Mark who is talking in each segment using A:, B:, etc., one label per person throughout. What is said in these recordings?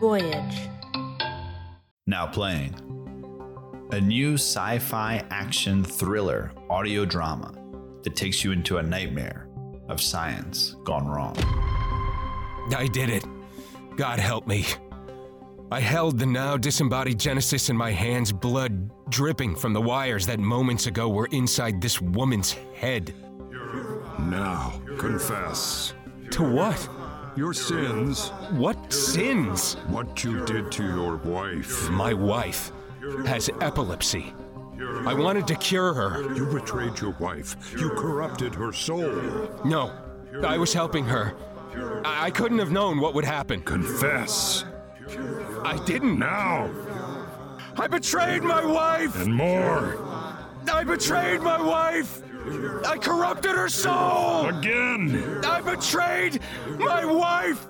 A: Voyage.
B: Now playing. A new sci fi action thriller audio drama that takes you into a nightmare of science gone wrong.
C: I did it. God help me. I held the now disembodied Genesis in my hands, blood dripping from the wires that moments ago were inside this woman's head.
D: Now, confess
C: To what?
D: your sins,
C: What sins?
D: what you did to your wife.
C: My wife has epilepsy. I wanted to cure her.
D: You betrayed your wife. You corrupted her soul.
C: No, I was helping her. I I couldn't have known what would happen.
D: Confess
C: I didn't.
D: now
C: I betrayed my wife!
D: and more
C: I betrayed my wife! I corrupted her soul!
D: again.
C: I betrayed my wife!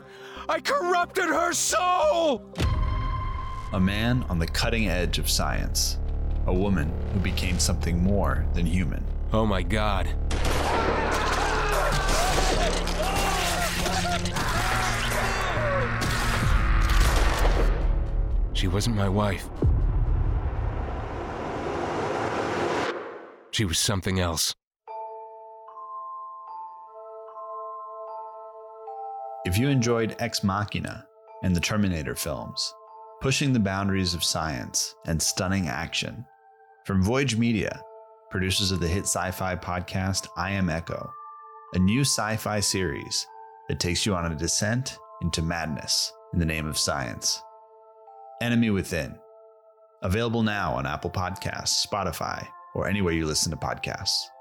C: I corrupted her soul!
B: A man on the cutting edge of science. A woman who became something more than human.
C: Oh my god. She wasn't my wife. She was something else.
B: If you enjoyed Ex Machina and the Terminator films, pushing the boundaries of science and stunning action, from Voyage Media, producers of the hit sci fi podcast I Am Echo, a new sci fi series that takes you on a descent into madness in the name of science. Enemy Within, available now on Apple Podcasts, Spotify, or anywhere you listen to podcasts.